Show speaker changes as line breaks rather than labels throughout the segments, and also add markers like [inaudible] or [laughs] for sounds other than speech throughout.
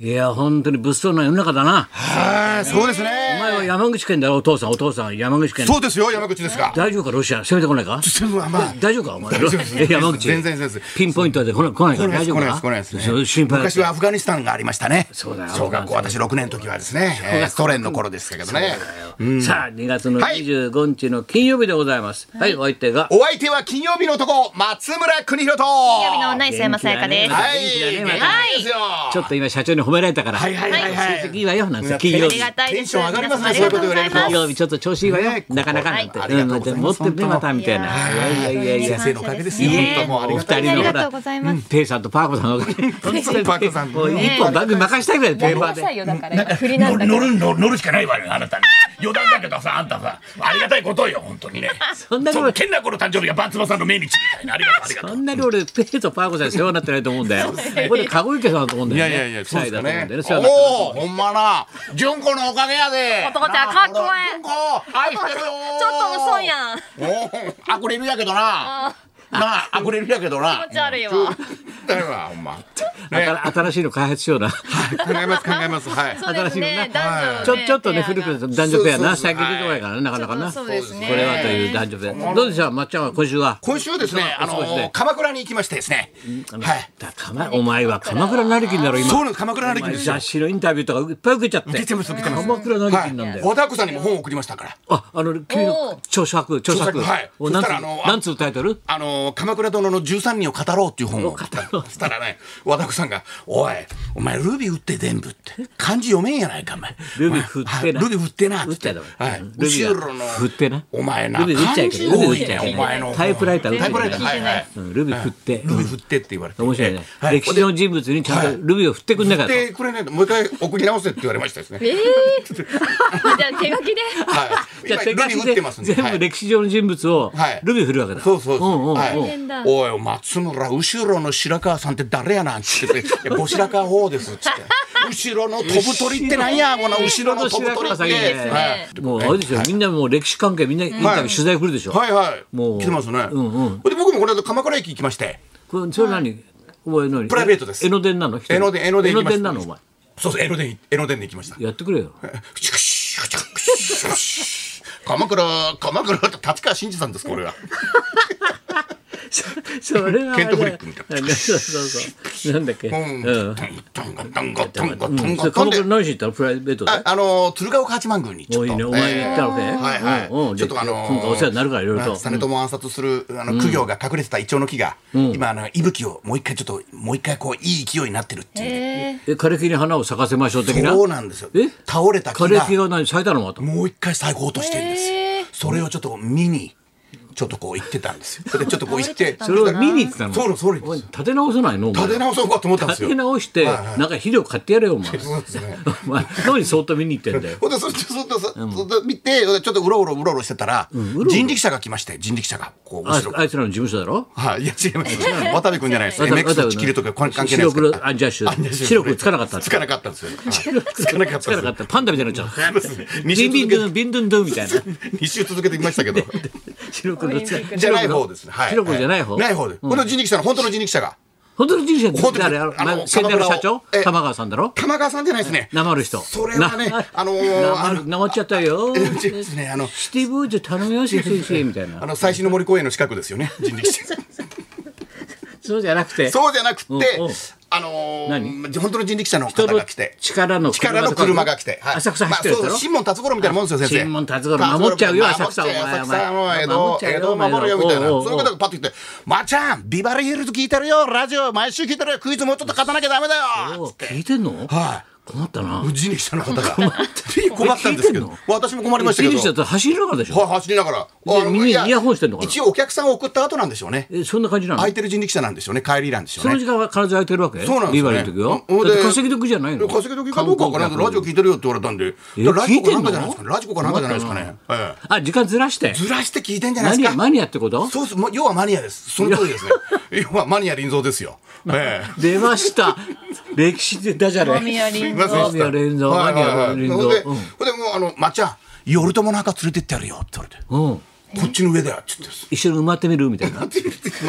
いや、本当に物騒な世の中だな。
はい、そうです
お
ね。
前は山口県だろ、お父さん、お父さん、山口県。
そうですよ、山口ですが。
大丈夫か、ロシア。攻めてこないか
まあまあ、
大丈夫か、お前。
大丈夫です
え山口。
全然全然
ピンポイントで来な来ない
来
から
ないで
大丈
す、来
夫
ないで
か
す、来ないです
そう
ね。
心配だ
昔はアフガニスタンがありましたね。
そうだよ
小学校、私6年の時はですね、えーソ連の頃ですけどね。
さあ、2月の
はい
25日の金曜日でございます。はい、お相手が。
お相手は金曜日の男、松村邦弘と。
金曜日の
は
女磯山さやかです。
元気
い、
だね
元
また
気ですよ。
ちょっと今、社長に褒められたから。
はいはいはいはい
成績いいわよ、なんて、金曜
あ
日
り。がたいです。
テンション上がりますね
皆様ありがとうございま
そ
金
ういうこ
す。
曜日ちょっと調子いいわよ
ね。
なかなかなんて。
はいありがとうございます
持ってってまた、みたいな。いやいやいやいや
先。生のおかげですよ。
ね
本当もうあり
お
がた
二
い
人の
ねあり
ほ
が
ら
とうございます
うんペイさんとパーコさん
[laughs]
のおかげで
パーコさん
もう一本番組任したいぐらいでペーパーで。
よだから今振りなんだけど
乗る乗乗るしかないわよあなたに余談だけどさあんたさありがたいことよ本当
[laughs]
にね
そんなこと
う健太子の誕生日がバンツバさんの命日みたいなありがとうありがとう
そんなに俺、ペイとパーコさんに世話になってないと思うんだよ。これ、籠池さんだと思うんだ
い
よ
や
ね。
いやいや、そうですかね
夫妻だ。と思うんだよね世話になってない
おお、ほんまな。純子のおかげやで。
男ちゃんかっこ
純子、愛してるよ。
ちょっと遅いやん。
おお、アクリルやけどな。なあ、アクリルやけどな
気持。
[laughs]
ち悪いわ。
だよな、ほんま。
だか
ね、
ら新しいの開発しような。
考えます、考えます。はい。
そうですね。男女
ちょちょっとね、古くて男女ペアな、
そうそうそ
最
う
近出てこないからね、なかなかな。
そうですね。
これはという男女ペア。どうでしょう、まっちゃんは今週は。
今週ですね、あ
そうです
の
ね
鎌倉に行きましてですね。はい。
だかまお前は鎌倉成金だろ、
そ
今。
うなんです、鎌倉成
お
金
前
ですよ
雑。誌のインタビューとかいっぱい受けちゃって。
受けてます受けてます
鎌倉成
は
金なんだ
い。
よ。
小田子さんにも本を送りましたから。
あ、あの、君の
おー
著作、著作。
著作はい
おなんつ
そしたらあの
う、なんつうタイトル
あの鎌倉殿の13人を語ろうっていう本を送ったそしたらね和田子さんが「おいお前ルビー打って全部」って漢字読めんやないかお前
ルビー振ってな
はいルビー振ってな
打っちゃダ
だ
メ
はい
ルビー
後
は
ろの
振ってな
お前な
ルビー打っちゃ
漢
いけな
字
い
多
ルビー打っ
い
ちゃ
ね
いけない
お前の
タイプライター打っちゃ
タ
い
イ
けな
プラ
い
イターはいはい
うんルビー振って。
ルビー振ってって言われて
面白いね。
はい
歴史の人物にちゃんとルビーを振ってくんなかった。
でこれねもう一回送り直せって言われまし
[laughs]
たですね
ええ。 [laughs] じゃあ手書きで。
はい
じゃあ
今ルビー打ってますんで
全
は
部
い
歴史上の人物を
はい
ルビー振るわけだ。
そうそうそう。
んうん
はい
大変だ
おい、松村、後ろの白川さんって誰やなんつってて、いやご白川方です
[laughs]
っつって。後ろの飛ぶ鳥ってなんや、この後ろの飛ぶ鳥って。
いいですね
はい
もうあれですよ、みんなもう歴史関係みんなインタビュー取材来るでしょ。
はいはい。
もう
来てますね。
うんうん
で、僕もこの間鎌倉駅行きまして。
これそれ何？お前何？
プライベートです
江ノ電なの？一人
江ノ電江ノ電
江
行
ノ
きま
電
した
なのお前。
そうそう、江ノ電、江ノ電で行きました。
やってくれよ。
[laughs] 鎌倉、鎌倉って立川真司さんです、これは。
それは
ケントフリックみたい [laughs]
な。そうそうそう。なんだっけ？う。
うんん。
うん。
トンガトンガトンガトンガトン
それ
ガトン
鎌
で
倉何しに行ったの？プライベートで
あ。あのー鶴岡八幡宮にち
も
ょ
う
っ
い
と
いね。お前行ったのね。
はいはい、
うんうん
ちょっとあのー
今回お世話になるからいろいろと。
実朝を暗殺するあの苦行が隠れてたイチョウの木が、今あの息吹をもう一回ちょっともう一回こういい勢いになってるっていう、
え
え枯れ木に花を咲かせましょう的な。
そうなんですよ
え
倒れた木
枯れ
が
木が何咲いたのまた。
もう一回咲こうとしてるんですよ、
え
それをちょっと見にちょっとこう行ってたんです
[laughs]
よでちょっとこう行って
それを見に行ってたの。
そうなんそうなんです
お前立て直さないの？お前
立て直そうかと思ったんで
立
すよ
て直して
はいはい
なんか肥料買ってやれよお前。
そうですね
[laughs] お前何そっと見に行ってんだよ。
ほんでそれちょっとそそそそ見てちょっとうろうろうろうろしてたら、人力車が来まして人力車がこう
あ
後ろから
あいつらの事務所だろ
はい、いや違います。 [laughs] 渡部君じゃないです。
渡部
MX のチキルとか関係ないです
白黒アンジャッシュ白黒つかなかったんです
つかなかったん
[laughs]
ですよ。つかなかった
つかなか
ん
った。パンダみたいになっちゃう。
ですよ。 [laughs] 二
ビ
週
ンビン
続
ドゥ
け
ン、ビンドゥンドゥンみたいな。
て [laughs] 二週続けてきましたけど、
[laughs] 白黒つか
じゃない方ですね。はい。
白黒じゃない方
ない方で。この人力車の本当の人力車が
本当の人生って
本当に
誰あ
あの
の先代の社長
鎌倉をえ
玉川さんだろ
玉川さんじゃないですね。
なまる人。
それはね
な
あの
な
ー
ま
あ
る、
の
なまっちゃったよ。
[laughs] え違うですねあの
シティボーイズ頼みますよ、先
[laughs]
生、みたいな
あ。の最新の森公園の近くですよね。人力
[laughs]
車。
そうじゃなくて、
そうじゃなくて
うんうん、
あの
何
ー本当の人力車の
人
方
の
が来て。
力の
力の車が来て、
浅草走ってるやつ
ま
だ
あ
ろ
そう新門辰五郎みたいなもんですよ、先生。
新門辰五郎守っちゃうよ浅草お前
浅草も
守っ
江戸、
ちゃうよ
江戸を守るよみたいな。
おうおうおう
そういう方がパッと言って、まーちゃん、ビバリーヒルズ聞いてるよ、ラジオ、毎週聞いてるよ、クイズもうちょっと勝たなきゃダメだ
お
よ。
聞いてんの
は
困ったな。
い。人力車の方が。困ったんです
聞
け
い
ど
てん。
私も困りました
人
けど。
力車って走りながらでし
はい、
ょ
走りながら。
で
あの
耳に
いや
イヤホンしてんのかな
一応お客さんを送った後なんでしょうね。
え、そんな感じなの
空いてる人力車なんでしょうね、帰りなんでしょ
そうの
ね。
時間は必ず空いてるわけ
そうなんです
ビバ
よ
リ
ね
ーの時よ。
うん
だって稼ぎ時じゃないの
稼ぎ時かどうかわからんけどラジオ聞いてるよって言われたんで
え
ラジコかなん
聞いてんの
かじゃないですかラジコかなんかじゃないですかねええ
あ、時間ずらして。
ずらして聞いてんじゃない
マ
で
ニ
す
ア、
か
マニアってこと
そうです。もう要はマニアです。その通り
[laughs]
ですね。要はマニア林蔵ですよ。ええ。
出ました。歴史でダジャレ。
ー。ミヤリ
すい
ン
ません
マ
でした
ニア林蔵
はいはいはい
マニア林蔵
ほんで、
うん
ほんでもうあの、まっちゃん、頼朝の墓連れてってやるよって言われて。
うん。
こっちの上だよ」っ
[laughs]
つって
一緒に埋まってみるみたい
[laughs]
な。
まあ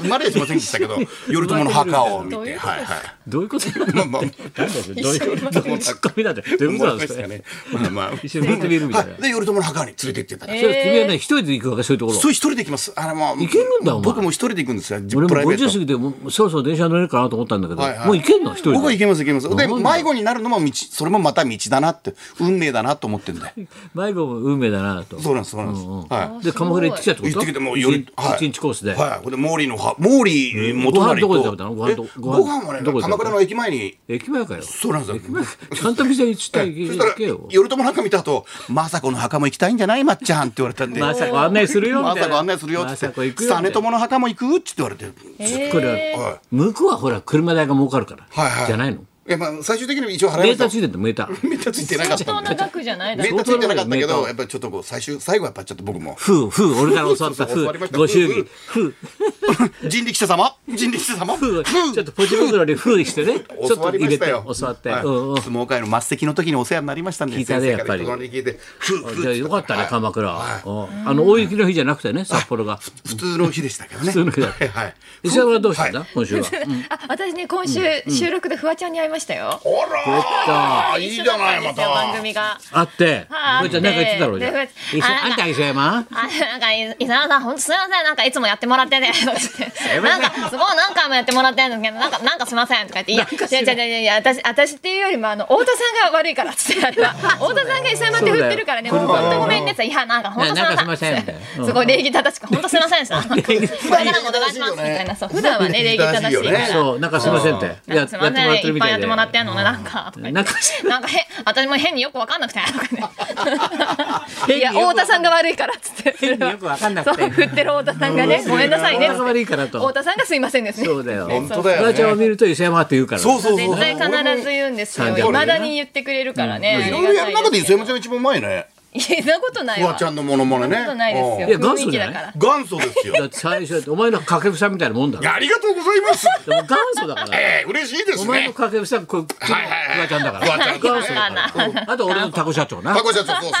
生まれはしませんでしたけど頼朝の墓を見
[laughs]
どうい
て
うこ
はいはい。
どういうこと
まあまあ
なんだそれどういうことどういうツッコミなんだよどういうことなんですかね。
まあまあ
[laughs] 一緒に埋まってみるみたいな
は。で頼朝の墓に連れて行ってたら
それ君はね一人で行くわけそういうところ
そう一人で行きます。あれもう
けるんだお前
僕も一人で行くんですよ。プ
俺も
ライベー
50過
ト。
ぎてもうそろそろ電車乗れるかなと思ったんだけど、
はいはい
もう行けんの一人で
僕は行けます行けます。で
なんだ
迷子になるのも道それもまた道だなって運命だなと思ってんで。
迷子も運命だなと
そうなんですそうなんです。は
で鎌倉行ってきたってこ
い。
と
行ってきてもうよ
一
り
日
はい
一日コースで、
はい。これモーリーのはモーリー元成と
ご飯どこで食べたの
え
ご飯
ご飯はね
どこで食べたの
鎌倉の駅前に
駅前かよ
そうなんですよ。
ちゃんと店に行ったら
そし
行
たら
けよ
頼朝の墓見た後政子の墓も行きたいんじゃないまっちゃんって言われたんで。
まさか案内するよみたいな
政子案内するよって
政子
言っ
行
て。
くよみたいな
実朝の墓も行くって言われて。
これは
は
向こうはほら車代が儲かるから、
いはい
じゃないの
い。いやまあ最終的に一応払
メ
いま
ーターつ
した。
いてんのメーター
[laughs] メーターついてなかっ
相
た
当
んで
な。額じゃないだ
メ
ろ
ーターついてなかったけ
相当
ど、やっぱりちょっとこう最終最後はやっぱちょっと僕も
ふうふう俺から教わった
[laughs] そうそう
ふ
教わりま
う
した
ご祝儀ふう
人力車様、人力車様、
ふうちょっとポチ袋にふうしてねちょっ
[laughs] 教
と
わりま
入れ
した
て
よ。
教わって、
はい
うんうん
相撲界の末席の時にお世話になりましたんで、
聞いたね
先生から
やっぱり
隣に聞いて、ふうふう
じゃあよかったね、
はい
鎌倉、
はい
うんあの大雪の日じゃなくてね札幌が
普通の日でしたけどね。
普通の日だ
はいはい。
石原はどうしてんだ、
はい
今週は
あ私ね今週収録でフワちゃんに会いましたよ。
あらー、いいじゃないま
一緒だったんですよ番
た。
組が。
会って
はい
こいちゃんなんか言ってたろうじゃん
で
石
あ
あんた石山
あなんかい伊沢さん本当すみませんなんかいつもやってもらってねとか言ってなんかすごい何回もやってもらってるんですけどなんかなんかすみませんとか言っていや違う違う違ういや私私っていうよりもあの太田さんが悪いからっつってあれは
[laughs]
太田さんが伊沢山って振ってるからね
そ
も
うだよ
う本当ごめんねっていやなんか本当
いやなんかすいませんみたいなうん
すごい礼儀正しく本当すみませんでしたこれからもお願いしますみたいなそう普段はね礼儀正しいから
ね
そうなんかすいませんってや
なん
や
か
っ
す
てもらって
いませんい
る
っ
み
ぱ
た
いや
い
っ
で
てもらってんのねなんかとか言って
なんか
なんかへ私も変によくわかんなくてとかねいや
変によくわ
太田さんが悪いからっつって
変によくわかんな
そ
くて
う振ってる太田さんがねごめんな [laughs] さいね
太田さんが悪いからと
太田さんがすいませんですね
そうだよ
本当だよね
フワちゃんを見ると石山って言うから
そうそうそう。
絶対必ず言うんです
そう
よ
だよ
い
ね
まだに言ってくれるからね
いろいろやる中で磯
い
山ちゃんが一番うまいね。
やそんなことない
フワ
わ
ちゃ
そ
ん
ん
のモノマネ
な
ね。
ことないですよ
いや元
雰
祖
囲気
じゃな
だ
い
から
元祖ですよ
だ。って最初お前の掛布さんみたいなもんだ
い
ろ
やありがとうございます。
でも元祖だ
[laughs]
から
ええ嬉しいです
お
ね。
前の掛布さんこうフ
はいはいはい
ワちゃんだから
フワちゃん
元祖だ
わ
からうんあと俺のタコ社長な
タコ社長そうですね。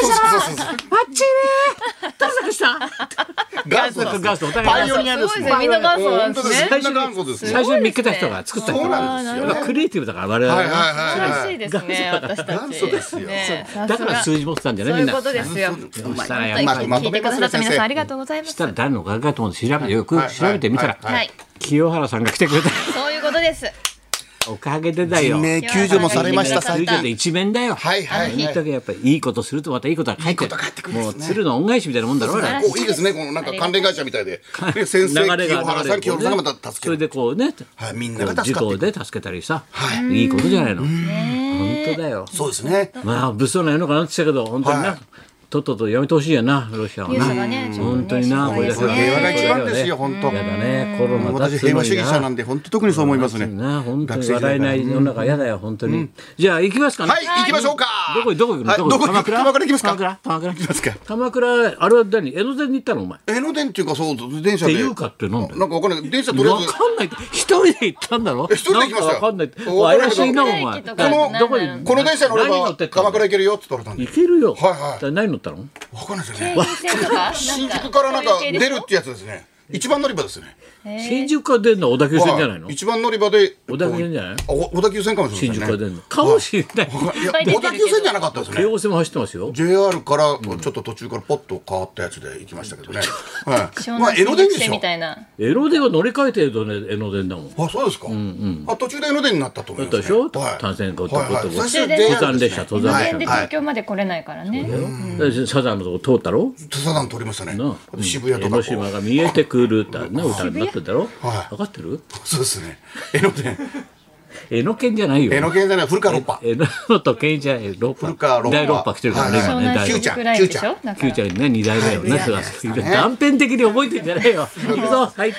そうそうそうそう
バッチリー。トラサクした。
元祖
元祖お互い
パイオニアですす
ごいですねみんな元祖なんですね
本当ですみんな元祖ですよ。
最初に見っけた人が作った人
そう
が。
なん
やっ
ですよね。
ぱクリエイティブだから我々
はいはい
は
はい
珍
は
し
い
い。ですね私たち
元祖ですよ
ねさす
だ
が
から数字持ってたんじゃ
そう
ない
い
み
うんこ
な。
とですよ。本
うまい
当に
うまい
ま
聞
と
いて
め
く
ま
だ
すね
さった皆
先
さん
生
ありがとうございま
し
す。
たら誰の画家と思って調べてよく調べてみたら
はい
はい、
清原さんが来て
[laughs]
くれた。
そういうことです。
おかげでだよ
人。命救助もされました
救
最
助って
近。
一面だよ。
はいはいはい
いい時はやっぱりいいことするとまたいいことが返ってく
いいことが返ってく
る。
るんです
もう
ね
鶴の恩返しみたいなもんだろ。あれ
おいいですねこのなんか関連会社みたいで。で先生
流れ
清
が
原さん清原さんがまた
そ
助
れ
け
で
る。
こうね、
はいみんなが
事
助かっ
故
ていく。
で助けたりさ、、
はい
いことじゃないの本当だよ
そうですね。
まあ物騒な世の中になってきたけど本当にな、
はい
とっととやめてほしいよなロシアは
ニュース
な
がね、ちょっとね
本当にな
心配です
これ平和が
ね
一番ですよ本当。
やだねコロナ
私平和主義者なんで本当特にそう思いますね。
な本当
学
に
生時代から
笑えない世の中やだよ本当に、じゃあ行きますかね
はい行きましょうか。
どこどこ行くの、
はいどこ行
鎌
く
倉
鎌倉行きます
鎌
か。
倉鎌倉
行きますか
鎌倉あれは何江ノ電に行ったのお前っ
江ノ電っていうかそう電車
て
で。
いうかってなんだよ
なんかわかんない電車とりあ
わ
えず。
かんないって一人で行ったんだろ
一人で行きまし
な
たよ
んかわかんないって
わかんない
怪しいなお前
こ
の
どこに
この電車乗れ
何乗
ば
ってったの
鎌倉行けるよって言われたんで。
行けるよ
はいはい
だ何乗ったの
わかんないですよね。
京浜線とかなんか
新宿からなんか
そういう系
出
でしょ
るってやつですね。一番乗り場ですね。
新宿から出るのは小田急線じゃないの
はい一番乗り場で。
小田急線じゃない
あお小田急線かもしれ
新
ない
宿から出
ですね。
るのかもしれない
いや
ぱ
小
い出てるけど
田急線じゃなかったですね
京。王線も走ってますよ
JR からちょっと途中からポッと変わったやつで行きましたけどね。はい。
湘
まあ
南
江ノ電
新
で
宿
し
線
ょ
み。たいな。
江ノ電は乗り換えてるとね江ノ電だもん
あそうですか。あ途中で江ノ電になったと思います
だっ
ね。
たでしょ
はい
単線がこう
はいはい
こうこう
最初
途
登山
JR で
列
す
車
ね。
登山列
全然で
はい
東京まで来れないからね。
車でサザンのとこ通ったろ
登山通りましたね
な。
あと渋谷
江
とかこ
ノ
う。
島が見えてくるだな歌になってんだろ
はい
分かってる
そうですね。江ノ電。
江ノ県じゃないよ
江ノ県じゃない古川六波。
江ノと県じゃない六
古川
波
六波
第六波来てるからね
はい
今
湘
ね
南
第
キュー
新
ちゃん
宿ラインでしょ。だか
九
ら
ちゃんね二代目をね、
はい
そうだ断片的に覚えてんじゃないよ。行くぞ、はい。
はい、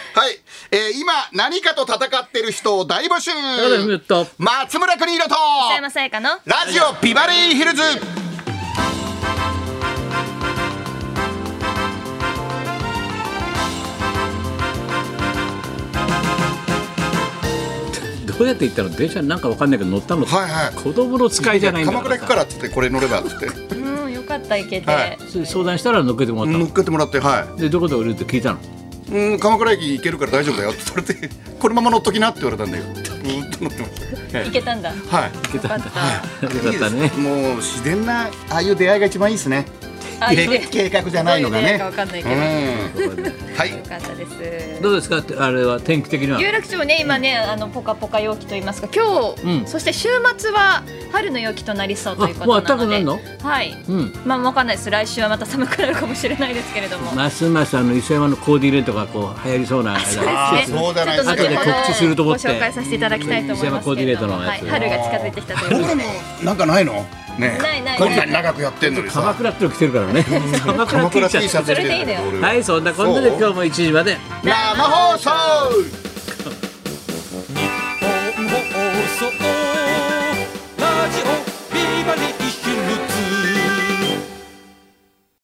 えー、今何かと戦ってる人を大募集
中田文夫と
松村邦洋と
北山さやかの。
ラジオビバリーヒルズ
どうやって行ったの電車なんかわかんないけど乗ったの、
はいはい
子供の使いじゃないんだ
鎌
か
倉
ら
行くからっつってこれ乗ればっつって
うん、よかった行けて、
はい
それ相談したら乗っけてもらった
乗
の
っけてもらっては
でどこで降りるって聞いたの
いうん鎌倉駅行けるから大丈夫だよって言われて [laughs] このまま乗っときなって言われたんだよブーっと乗ってました
行けたんだよ
はい
聞いた
か
ん
っ
だ
た
よかったね
もう自然なああいう出会いが一番いいですね
あいいね
計画じゃないのが
どうい
ね
う出会いかわかんないけ
う
ど
んはい
かったです
どうですかってあれは天気的には
有楽町もね今ね、あのポカポカ陽気と言いますか今日、
うん
そして週末は春の陽気となりそうというこ
あもう
とな
暖かく
の
な
で
るの
はい
うん
まあわかんないです来週はまた寒くなるかもしれないですけれども、
ますますあの磯山のコーディネートがこう流行りそうなあれだ
あ
ね
ーそうじゃないです
か
ちょっ後ほど
後で告知すると思って
ご紹介させていただきたいと思いますけれども、
うん西山コーディネートの
は
やつ
い、春が近づいてきたという
僕
こ
[laughs]
と
ら
で
もなんかないのねえ
ないない
こんなに長くやってんのに
鎌
さ
倉っての着てるからね鎌
鎌倉
T シ
T
ャツ
シャツ着て
それでいい
る
のよ
俺
はいそんなこんなで今日も1時まで
生放送
放送ラジオビバリー